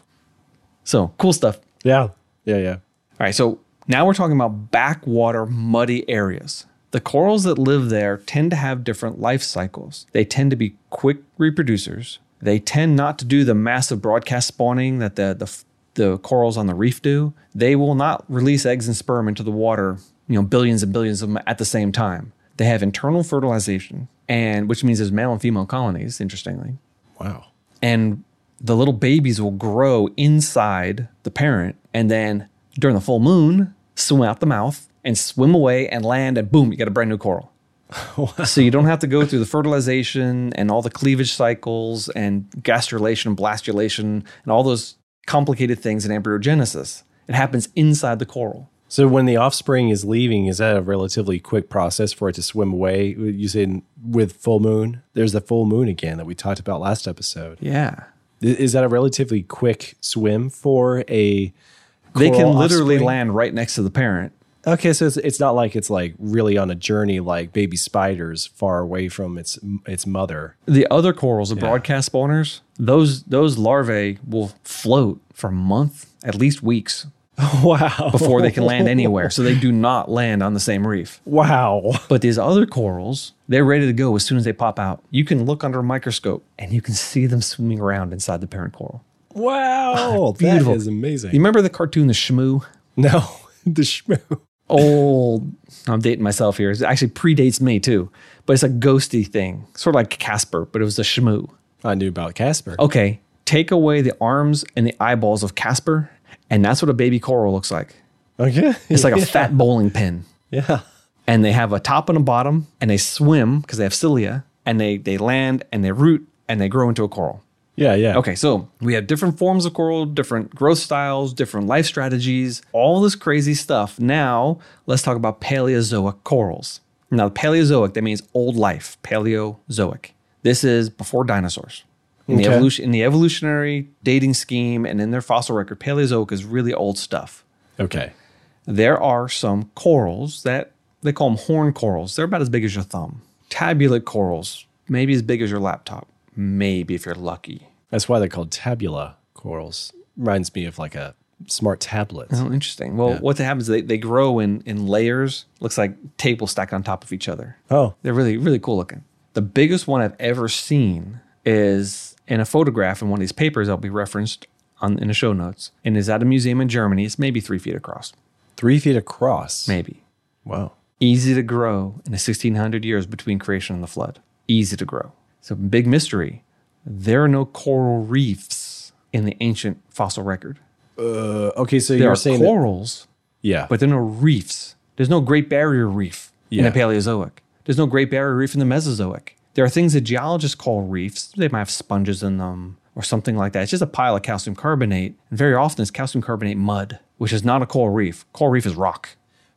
So cool stuff. Yeah. Yeah. Yeah. All right, so now we're talking about backwater muddy areas. The corals that live there tend to have different life cycles. They tend to be quick reproducers. They tend not to do the massive broadcast spawning that the, the the corals on the reef do. They will not release eggs and sperm into the water, you know, billions and billions of them at the same time. They have internal fertilization, and which means there's male and female colonies, interestingly Wow. and the little babies will grow inside the parent and then during the full moon swim out the mouth and swim away and land and boom you got a brand new coral so you don't have to go through the fertilization and all the cleavage cycles and gastrulation and blastulation and all those complicated things in embryogenesis it happens inside the coral So when the offspring is leaving, is that a relatively quick process for it to swim away? You said with full moon. There's the full moon again that we talked about last episode. yeah I- Is that a relatively quick swim for a? they can coral literally offspring? land right next to the parent Okay, so it's, it's not like it's like really on a journey like baby spiders far away from its its mother. the other corals, the broadcast spawners, those those larvae will float for months, at least weeks, Wow. before they can land anywhere. So they do not land on the same reef. Wow. But these other corals, they're ready to go as soon as they pop out. You can look under a microscope and you can see them swimming around inside the parent coral. Wow. Beautiful. That is amazing. You remember the cartoon The Shmoo? no, the shmoo. Old, I'm dating myself here. It actually predates me too, but it's a ghosty thing, sort of like Casper, but it was the Shmoo. I knew about Casper. okay, take away the arms and the eyeballs of Casper, and that's what a baby coral looks like. Okay. It's like a fat bowling pin. yeah. And they have a top and a bottom, and they swim because they have cilia, and they, they land and they root and they grow into a coral. Yeah. Yeah. Okay, so we have different forms of coral, different growth styles, different life strategies, all this crazy stuff. Now, let's talk about Paleozoic corals. Now, Paleozoic, that means old life, Paleozoic. This is before dinosaurs. In, the Okay. evolution, in the evolutionary dating scheme and in their fossil record, Paleozoic is really old stuff. Okay. There are some corals that they call them horn corals. They're about as big as your thumb. Tabulate corals, maybe as big as your laptop, maybe if you're lucky. That's why they're called tabula corals. Reminds me of like a smart tablet. Oh, interesting. Well, what happens? They they grow in in layers. Looks like tables stacked on top of each other. Oh. They're really really cool looking. The biggest one I've ever seen is in a photograph in one of these papers. I'll be referenced on in the show notes, and is at a museum in Germany. It's maybe three feet across, Three feet across. maybe. Wow. Easy to grow in the 1600 years between creation and the flood. Easy to grow. So big mystery. There are no coral reefs in the ancient fossil record. Uh, okay. So There you're are saying. that, corals. yeah. but there are no reefs. There's no Great Barrier Reef in Yeah. the Paleozoic. There's no Great Barrier Reef in the Mesozoic. There are things that geologists call reefs. They might have sponges in them or something like that. It's just a pile of calcium carbonate. And very often it's calcium carbonate mud, which is not a coral reef. Coral reef is rock.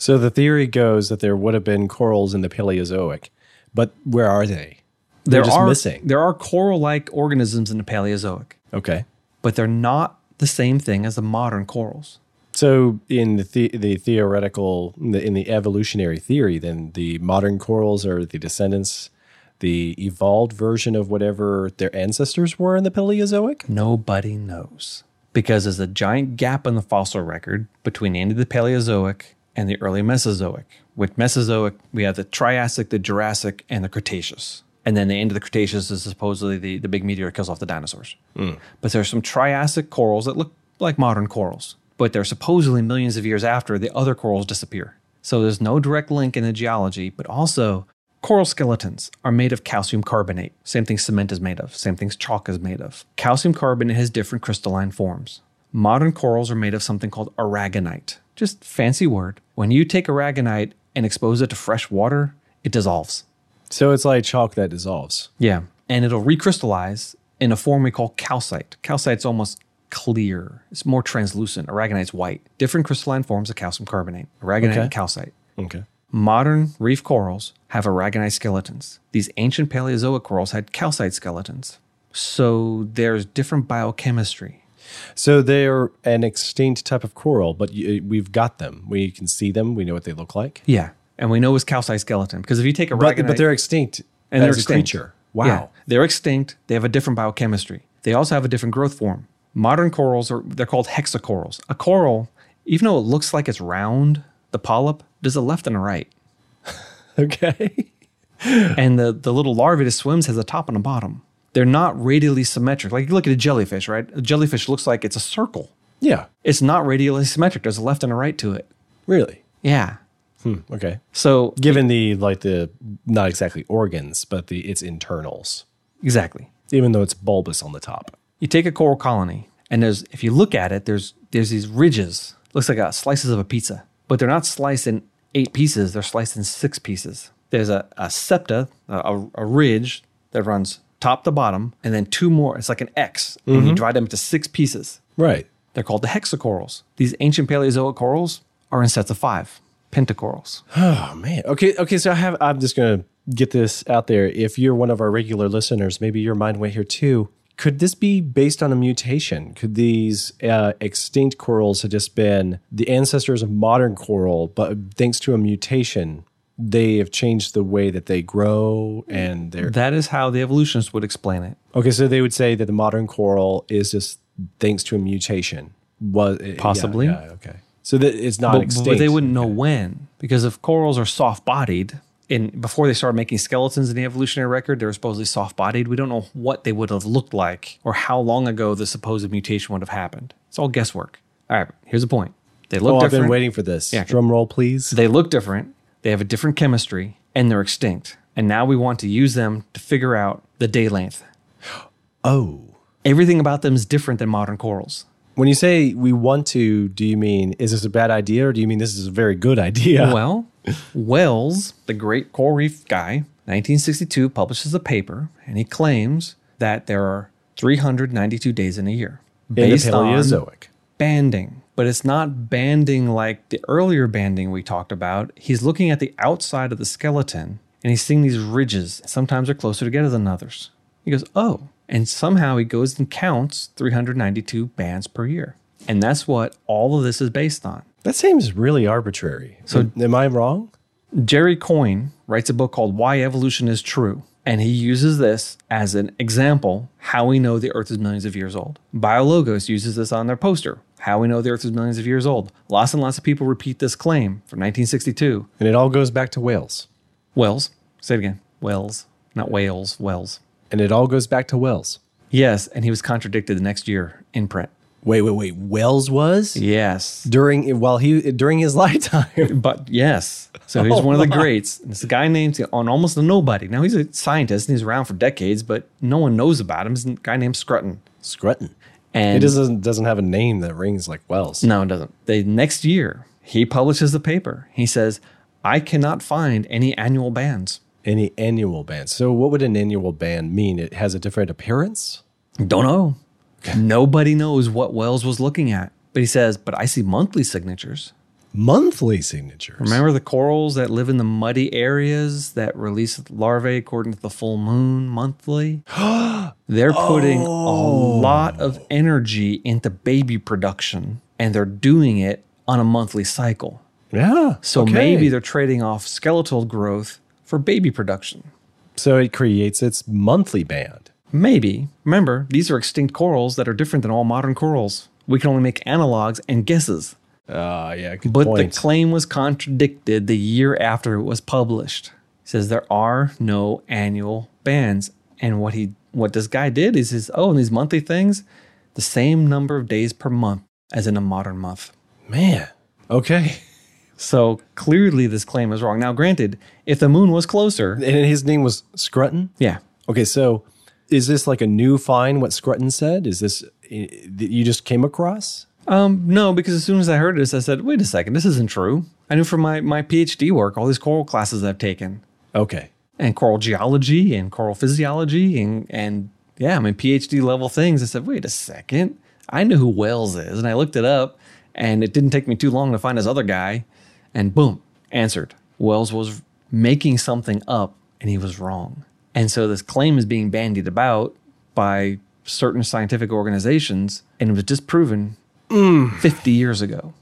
so the theory goes that there would have been corals in the Paleozoic, but where are they? They're There just are, missing. There are coral like organisms in the Paleozoic, Okay. but they're not the same thing as the modern corals. So in the, the the theoretical in the, in the evolutionary theory, then the modern corals are the descendants, the evolved version of whatever their ancestors were in the Paleozoic. Nobody knows because there's a giant gap in the fossil record between the end of the Paleozoic and the early Mesozoic. With Mesozoic, we have the Triassic, the Jurassic, and the Cretaceous. And then the end of the Cretaceous is supposedly the, the big meteor that kills off the dinosaurs. But there's some Triassic corals that look like modern corals, but they're supposedly millions of years after the other corals disappear. So there's no direct link in the geology, but also Coral skeletons are made of calcium carbonate, same thing cement is made of, same thing chalk is made of. Calcium carbonate has different crystalline forms. Modern corals are made of something called aragonite, just fancy word. When you take aragonite and expose it to fresh water, it dissolves. So it's like chalk that dissolves. Yeah. And it'll recrystallize in a form we call calcite. Calcite's almost clear. It's more translucent. Aragonite's white. Different crystalline forms of calcium carbonate. Aragonite Okay. and calcite. Okay. Modern reef corals have aragonite skeletons. These ancient Paleozoic corals had calcite skeletons. So there's different biochemistry. So they're an extinct type of coral, but y uh, we've got them. We can see them. We know what they look like. Yeah. And we know it's calcite skeleton because if you take But, aragonite but they're extinct as and they're a extinct. creature. Wow. Yeah. They're extinct. They have a different biochemistry. They also have a different growth form. Modern corals are they're called hexacorals. A coral, even though it looks like it's round, the polyp does a left and a right. Okay. and the, the little larvae that swims has a top and a bottom. They're not radially symmetric. Like you look at a jellyfish, right? A jellyfish looks like it's a circle. yeah. It's not radially symmetric. There's a left and a right to it. Really. Yeah. Hmm, okay. So Given the like the not exactly organs, but the its internals, exactly. even though it's bulbous on the top. You take a coral colony, and there's if you look at it, there's there's these ridges. Looks like uh, slices of a pizza, but they're not sliced in eight pieces. They're sliced in six pieces. There's a, a septa, a, a- a ridge that runs top to bottom, and then two more. It's like an X, and you divide them into six pieces. Right. They're called the hexacorals. These ancient Paleozoic corals are in sets of five, pentacorals. Oh man. Okay. Okay. So I have. I'm just gonna get this out there. If you're one of our regular listeners, maybe your mind went here too. Could this be based on a mutation? Could these uh, extinct corals have just been the ancestors of modern coral, but thanks to a mutation, they have changed the way that they grow and they're That is how the evolutionists would explain it. okay. So they would say that the modern coral is just thanks to a mutation. Was yeah, Possibly. yeah, okay. So that it's not But- extinct. But they wouldn't know when because if corals are soft bodied, and before they started making skeletons in the evolutionary record, they were supposedly soft bodied. We don't know what they would have looked like or how long ago the supposed mutation would have happened. It's all guesswork. All right, here's the point. They look Oh, I've different. been waiting for this. Yeah. Drum roll, please. They look different, they have a different chemistry, and they're extinct. And now we want to use them to figure out the day length. oh. Everything about them is different than modern corals. When you say we want to, do you mean is this a bad idea or do you mean this is a very good idea? Well, Wells, the great coral reef guy, 1962 publishes a paper and he claims that there are 392 days in a year in the based on Paleozoic. banding. But it's not banding like the earlier banding we talked about. He's looking at the outside of the skeleton and he's seeing these ridges. Sometimes they're closer together than others. He goes, Oh. And somehow he goes and counts 392 bands per year. And that's what all of this is based on. That seems really arbitrary. So am I wrong? Jerry Coyne writes a book called Why Evolution is True, and he uses this as an example how we know the Earth is millions of years old. Biologos uses this on their poster, how we know the Earth is millions of years old. Lots and lots of people repeat this claim from 1962. And it all goes back to whales. Wells, say it again. Wells, not whales, Wells. And it all goes back to whales. Yes, and he was contradicted the next year in print. Wait, wait, wait. Wells was Yes. during while he during his lifetime. But yes, so he's one of the greats. And It's a guy named on almost a nobody. Now he's a scientist and he's around for decades, but no one knows about him. He's a guy named Scruton. Scruton. And It doesn't doesn't have a name that rings like Wells. no, it doesn't. The next year, he publishes the paper. He says, "I cannot find any annual bands. Any annual band. So what would an annual band mean? It has a different appearance? Don't know. Nobody knows what Wells was looking at." But he says, "But I see monthly signatures." Monthly signatures. Remember the corals that live in the muddy areas that release larvae according to the full moon monthly? they're putting a lot of energy into baby production and they're doing it on a monthly cycle. Yeah. So okay. maybe they're trading off skeletal growth for baby production. so it creates its monthly band. Maybe. Remember, these are extinct corals that are different than all modern corals. We can only make analogs and guesses. Uh, yeah, good But point. the claim was contradicted the year after it was published. He says there are no annual bans. And what he what this guy did is his oh, and these monthly things, the same number of days per month as in a modern month. Man. Okay. So clearly this claim is wrong. Now, granted, if the moon was closer, And his name was Scruton. yeah. Okay, so is this like a new find? What Scruton said? Is this i- that you just came across? Um, no, because as soon as I heard this, I said, wait a second, this isn't true. I knew from my, my PhD work, all these coral classes I've taken. Okay. and coral geology and coral physiology and and yeah, I mean PhD level things. I said, wait a second, I knew who Wells is, and I looked it up, and it didn't take me too long to find this other guy, and boom, answered. Wells was making something up, and he was wrong. And so this claim is being bandied about by certain scientific organizations, and it was disproven 50 years ago.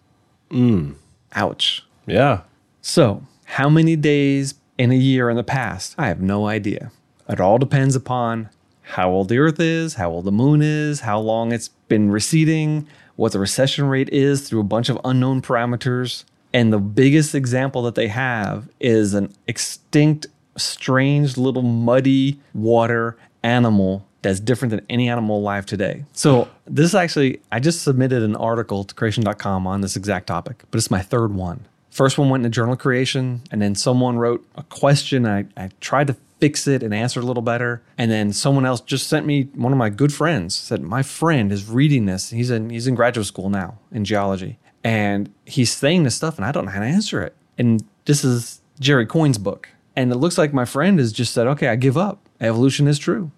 Ouch. Yeah. So, how many days in a year in the past? I have no idea. It all depends upon how old the Earth is, how old the moon is, how long it's been receding, what the recession rate is through a bunch of unknown parameters. And the biggest example that they have is an extinct, strange little muddy water animal that's different than any animal alive today. So, this actually, I just submitted an article to creation.com on this exact topic, but it's my third one. First one went into journal creation, and then someone wrote a question. and I, I tried to fix it and answer it a little better. And then someone else just sent me one of my good friends said, My friend is reading this. He's in he's in graduate school now in geology. And he's saying this stuff and I don't know how to answer it. And this is Jerry Coyne's book. And it looks like my friend has just said, Okay, I give up. Evolution is true.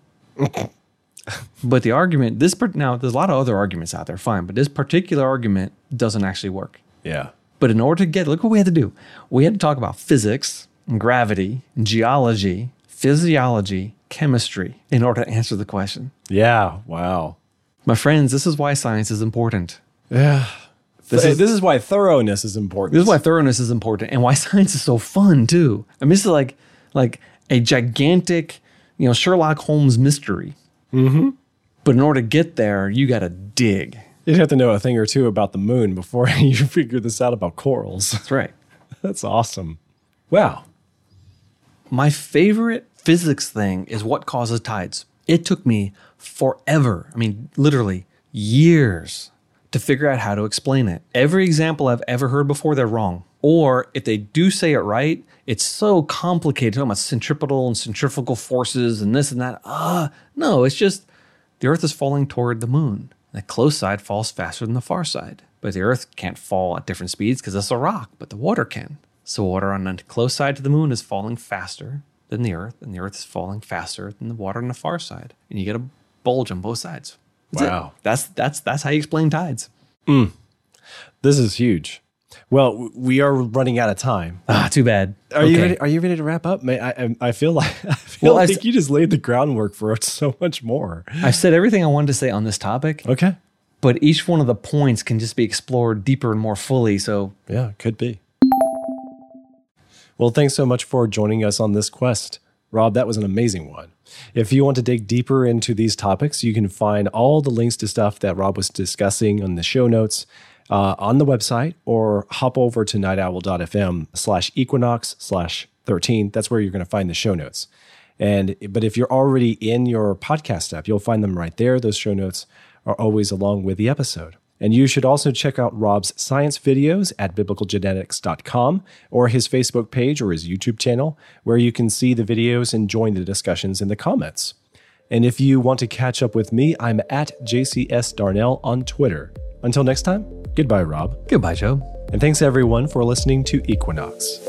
But the argument, this part now, there's a lot of other arguments out there, fine, but this particular argument doesn't actually work. Yeah. But in order to get, look what we had to do. We had to talk about physics, and gravity, and geology, physiology, chemistry in order to answer the question. Yeah. Wow. My friends, this is why science is important. Yeah. This, Th- is, this is why thoroughness is important. This is why thoroughness is important and why science is so fun too. I mean, this is like like a gigantic, you know, Sherlock Holmes mystery. Mm-hmm. But in order to get there, you got to dig. You'd have to know a thing or two about the moon before you figure this out about corals. That's right. That's awesome. Wow. My favorite physics thing is what causes tides. It took me forever, I mean, literally years to figure out how to explain it. Every example I've ever heard before, they're wrong. Or if they do say it right, it's so complicated. Talking about centripetal and centrifugal forces and this and that. Ah, no, it's just the Earth is falling toward the moon. The close side falls faster than the far side. But the Earth can't fall at different speeds because it's a rock, but the water can. So water on the close side to the moon is falling faster than the Earth, and the Earth is falling faster than the water on the far side. And you get a bulge on both sides. That's it. Wow. That's that's that's how you explain tides. This is huge. Well, w- we are running out of time. Ah, too bad. Are you Okay. ready, are you ready to wrap up? May, I, um, I I feel like I feel Well, I like s- you just laid the groundwork for so much more. I've said everything I wanted to say on this topic, Okay. but each one of the points can just be explored deeper and more fully. So Yeah, could be. Well, thanks so much for joining us on this quest. Rob, that was an amazing one. If you want to dig deeper into these topics, you can find all the links to stuff that Rob was discussing on the show notes uh, on the website or hop over to nightowl.fm slash equinox slash 13. That's where you're going to find the show notes. And but if you're already in your podcast app, you'll find them right there. Those show notes are always along with the episode. And you should also check out Rob's science videos at biblicalgenetics.com or his Facebook page or his YouTube channel, where you can see the videos and join the discussions in the comments. And if you want to catch up with me, I'm at JCS Darnell on Twitter. Until next time, goodbye, Rob. goodbye, Joe. And thanks everyone for listening to Equinox.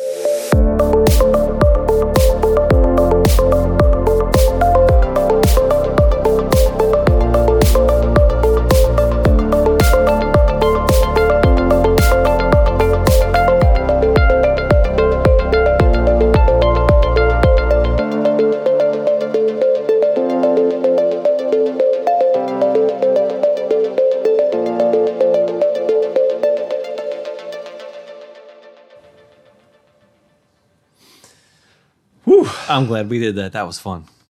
I'm glad we did that. That was fun.